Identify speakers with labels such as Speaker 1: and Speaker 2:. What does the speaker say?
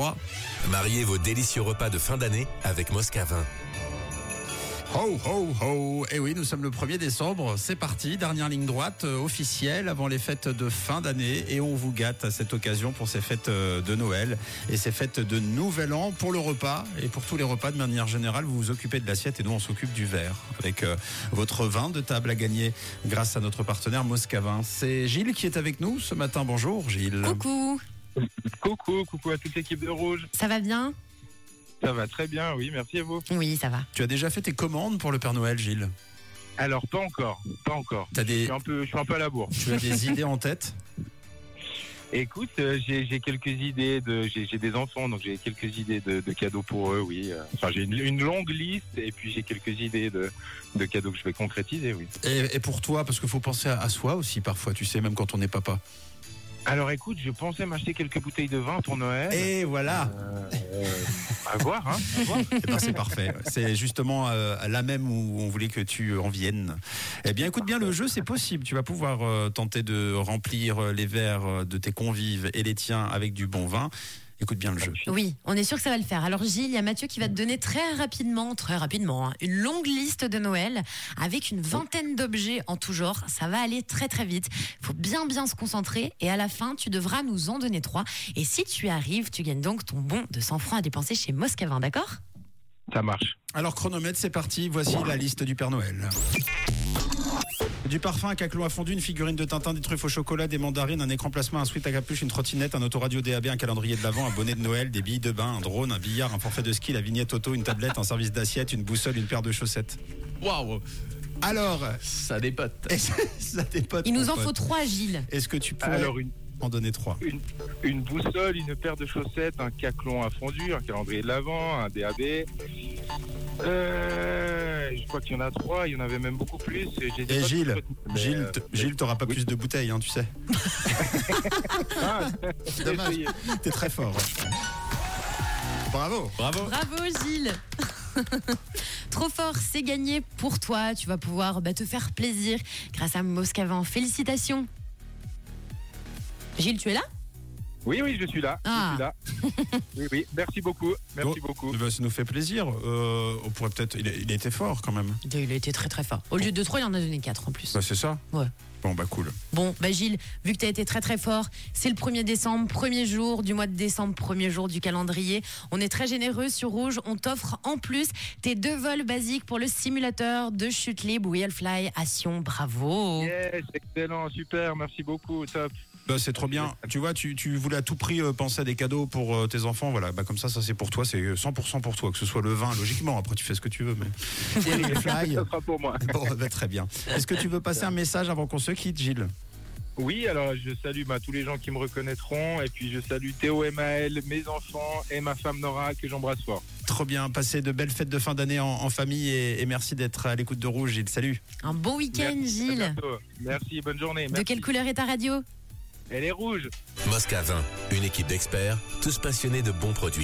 Speaker 1: Quoi
Speaker 2: Mariez vos délicieux repas de fin d'année avec Moscavin.
Speaker 1: Ho, ho, ho. Et oui, nous sommes le 1er décembre. C'est parti. Dernière ligne droite euh, officielle avant les fêtes de fin d'année. Et on vous gâte à cette occasion pour ces fêtes euh, de Noël et ces fêtes de Nouvel An pour le repas et pour tous les repas de manière générale. Vous vous occupez de l'assiette et nous, on s'occupe du verre avec euh, votre vin de table à gagner grâce à notre partenaire Moscavin. C'est Gilles qui est avec nous ce matin. Bonjour, Gilles.
Speaker 3: Coucou,
Speaker 4: Coucou, coucou à toute l'équipe de Rouge.
Speaker 3: ça va bien
Speaker 4: Ça va très bien, oui, merci à vous.
Speaker 3: Oui, ça va.
Speaker 1: Tu as déjà fait tes commandes pour le Père Noël, Gilles?
Speaker 4: Alors, pas encore, pas encore.
Speaker 1: T'as
Speaker 4: Je
Speaker 1: des,
Speaker 4: suis un peu, je suis un peu à la bourre.
Speaker 1: tu as des idées en tête?
Speaker 4: Écoute, euh, j'ai j'ai quelques idées de, j'ai j'ai des enfants, donc j'ai quelques idées de, de cadeaux pour eux, oui. euh. Enfin, j'ai une, une longue liste et puis j'ai quelques idées de, de cadeaux que je vais concrétiser, oui.
Speaker 1: Et, et pour toi, parce qu'il faut penser à, à soi aussi parfois, tu sais, même quand on est papa.
Speaker 4: Alors, écoute, je pensais m'acheter quelques bouteilles de vin pour Noël.
Speaker 1: Et ah. voilà,
Speaker 4: Euh, euh, à voir, hein. à voir.
Speaker 1: Eh ben, c'est parfait. C'est justement euh, à la même où on voulait que tu en viennes. Eh bien, écoute bien, le jeu, c'est possible. Tu vas pouvoir euh, tenter de remplir euh, les verres euh, de tes convives et les tiens avec du bon vin. Écoute bien le jeu.
Speaker 3: Oui, on est sûr que ça va le faire. Alors Gilles, il y a Mathieu qui va te donner très rapidement, très rapidement, hein, une longue liste de Noël avec une vingtaine d'objets en tout genre. Ça va aller très très vite. Il faut bien bien se concentrer et à la fin, tu devras nous en donner trois. Et si tu y arrives, tu gagnes donc ton bon de 100 francs à dépenser chez Moscavin, d'accord
Speaker 4: Ça marche.
Speaker 1: Alors, chronomètre, c'est parti. Voici la liste du Père Noël. Du parfum, un caclot à fondu, une figurine de Tintin, des truffes au chocolat, des mandarines, un écran plasma, un sweat à capuche, une trottinette, un autoradio DAB, un calendrier de l'avant, un bonnet de Noël, des billes de bain, un drone, un billard, un forfait de ski, la vignette auto, une tablette, un service d'assiette, une boussole, une paire de chaussettes.
Speaker 5: Waouh,
Speaker 1: Alors,
Speaker 5: ça dépote.
Speaker 1: est-ce- ça dépote,
Speaker 3: Il nous
Speaker 1: mon
Speaker 3: en faut
Speaker 1: pote.
Speaker 3: trois, Gilles.
Speaker 1: Est-ce que tu pourrais
Speaker 4: Alors, une,
Speaker 1: en donner trois
Speaker 4: une, une boussole, une paire de chaussettes, un caclon à fondu, un calendrier de l'avant, un DAB. Euh, je crois qu'il y en a trois, il y en avait même beaucoup plus. J'ai dit
Speaker 1: Et
Speaker 4: pas
Speaker 1: Eh, Gilles,
Speaker 4: tout-
Speaker 1: Gilles, t- Gilles, t'auras pas
Speaker 4: euh, oui.
Speaker 1: plus de bouteilles, hein, tu sais.
Speaker 4: Ah, j'ai
Speaker 1: Dommage.
Speaker 4: essayé.
Speaker 1: T'es très fort. Bravo.
Speaker 5: Bravo.
Speaker 3: Bravo Gilles Trop fort, c'est gagné pour toi. Tu vas pouvoir bah, te faire plaisir grâce à Moscavin. Félicitations. Gilles, tu es là
Speaker 4: Oui, oui, je suis là.
Speaker 3: Ah.
Speaker 4: Je suis là. Oui, oui, merci beaucoup. Merci
Speaker 1: Bon.
Speaker 4: beaucoup.
Speaker 1: Eh ben, ça nous fait plaisir. Euh, on pourrait peut-être. Il, a- il était fort quand même.
Speaker 3: Il a été très très fort. Au lieu de 3, il en a donné 4 en plus.
Speaker 1: Bah, c'est ça
Speaker 3: Ouais.
Speaker 1: Bon, bah cool.
Speaker 3: Bon, bah Gilles, vu que tu as été très très fort, c'est le 1er décembre, premier jour du mois de décembre, premier jour du calendrier. On est très généreux sur Rouge. On t'offre en plus tes deux vols basiques pour le simulateur de chute libre Wheelfly à Sion. Bravo
Speaker 4: Yes, excellent, super, merci beaucoup, top.
Speaker 1: Bah, c'est trop bien. Tu vois, tu, tu voulais à tout prix euh, penser à des cadeaux pour euh, tes enfants. Voilà, bah, comme ça, ça c'est pour toi. C'est 100% pour toi. Que ce soit le vin, logiquement. Après, tu fais ce que tu veux. Mais... Et les fly.
Speaker 4: Ça sera pour moi.
Speaker 1: Bon, bah, très bien. Est-ce que tu veux passer un message avant qu'on se quitte, Gilles
Speaker 4: Oui, alors je salue bah, tous les gens qui me reconnaîtront et puis je salue Théo et Maël, mes enfants et ma femme Nora que j'embrasse fort.
Speaker 1: Trop bien. Passez de belles fêtes de fin d'année en, en famille et, et merci d'être à l'écoute de Rouge, Gilles. Salut.
Speaker 3: Un bon week-end,
Speaker 4: Merci, à
Speaker 3: Gilles
Speaker 4: bientôt. Merci, bonne journée.
Speaker 3: De
Speaker 4: Merci.
Speaker 3: quelle couleur est ta radio
Speaker 4: Elle est rouge.
Speaker 2: Moscavin, une équipe d'experts, tous passionnés de bons produits.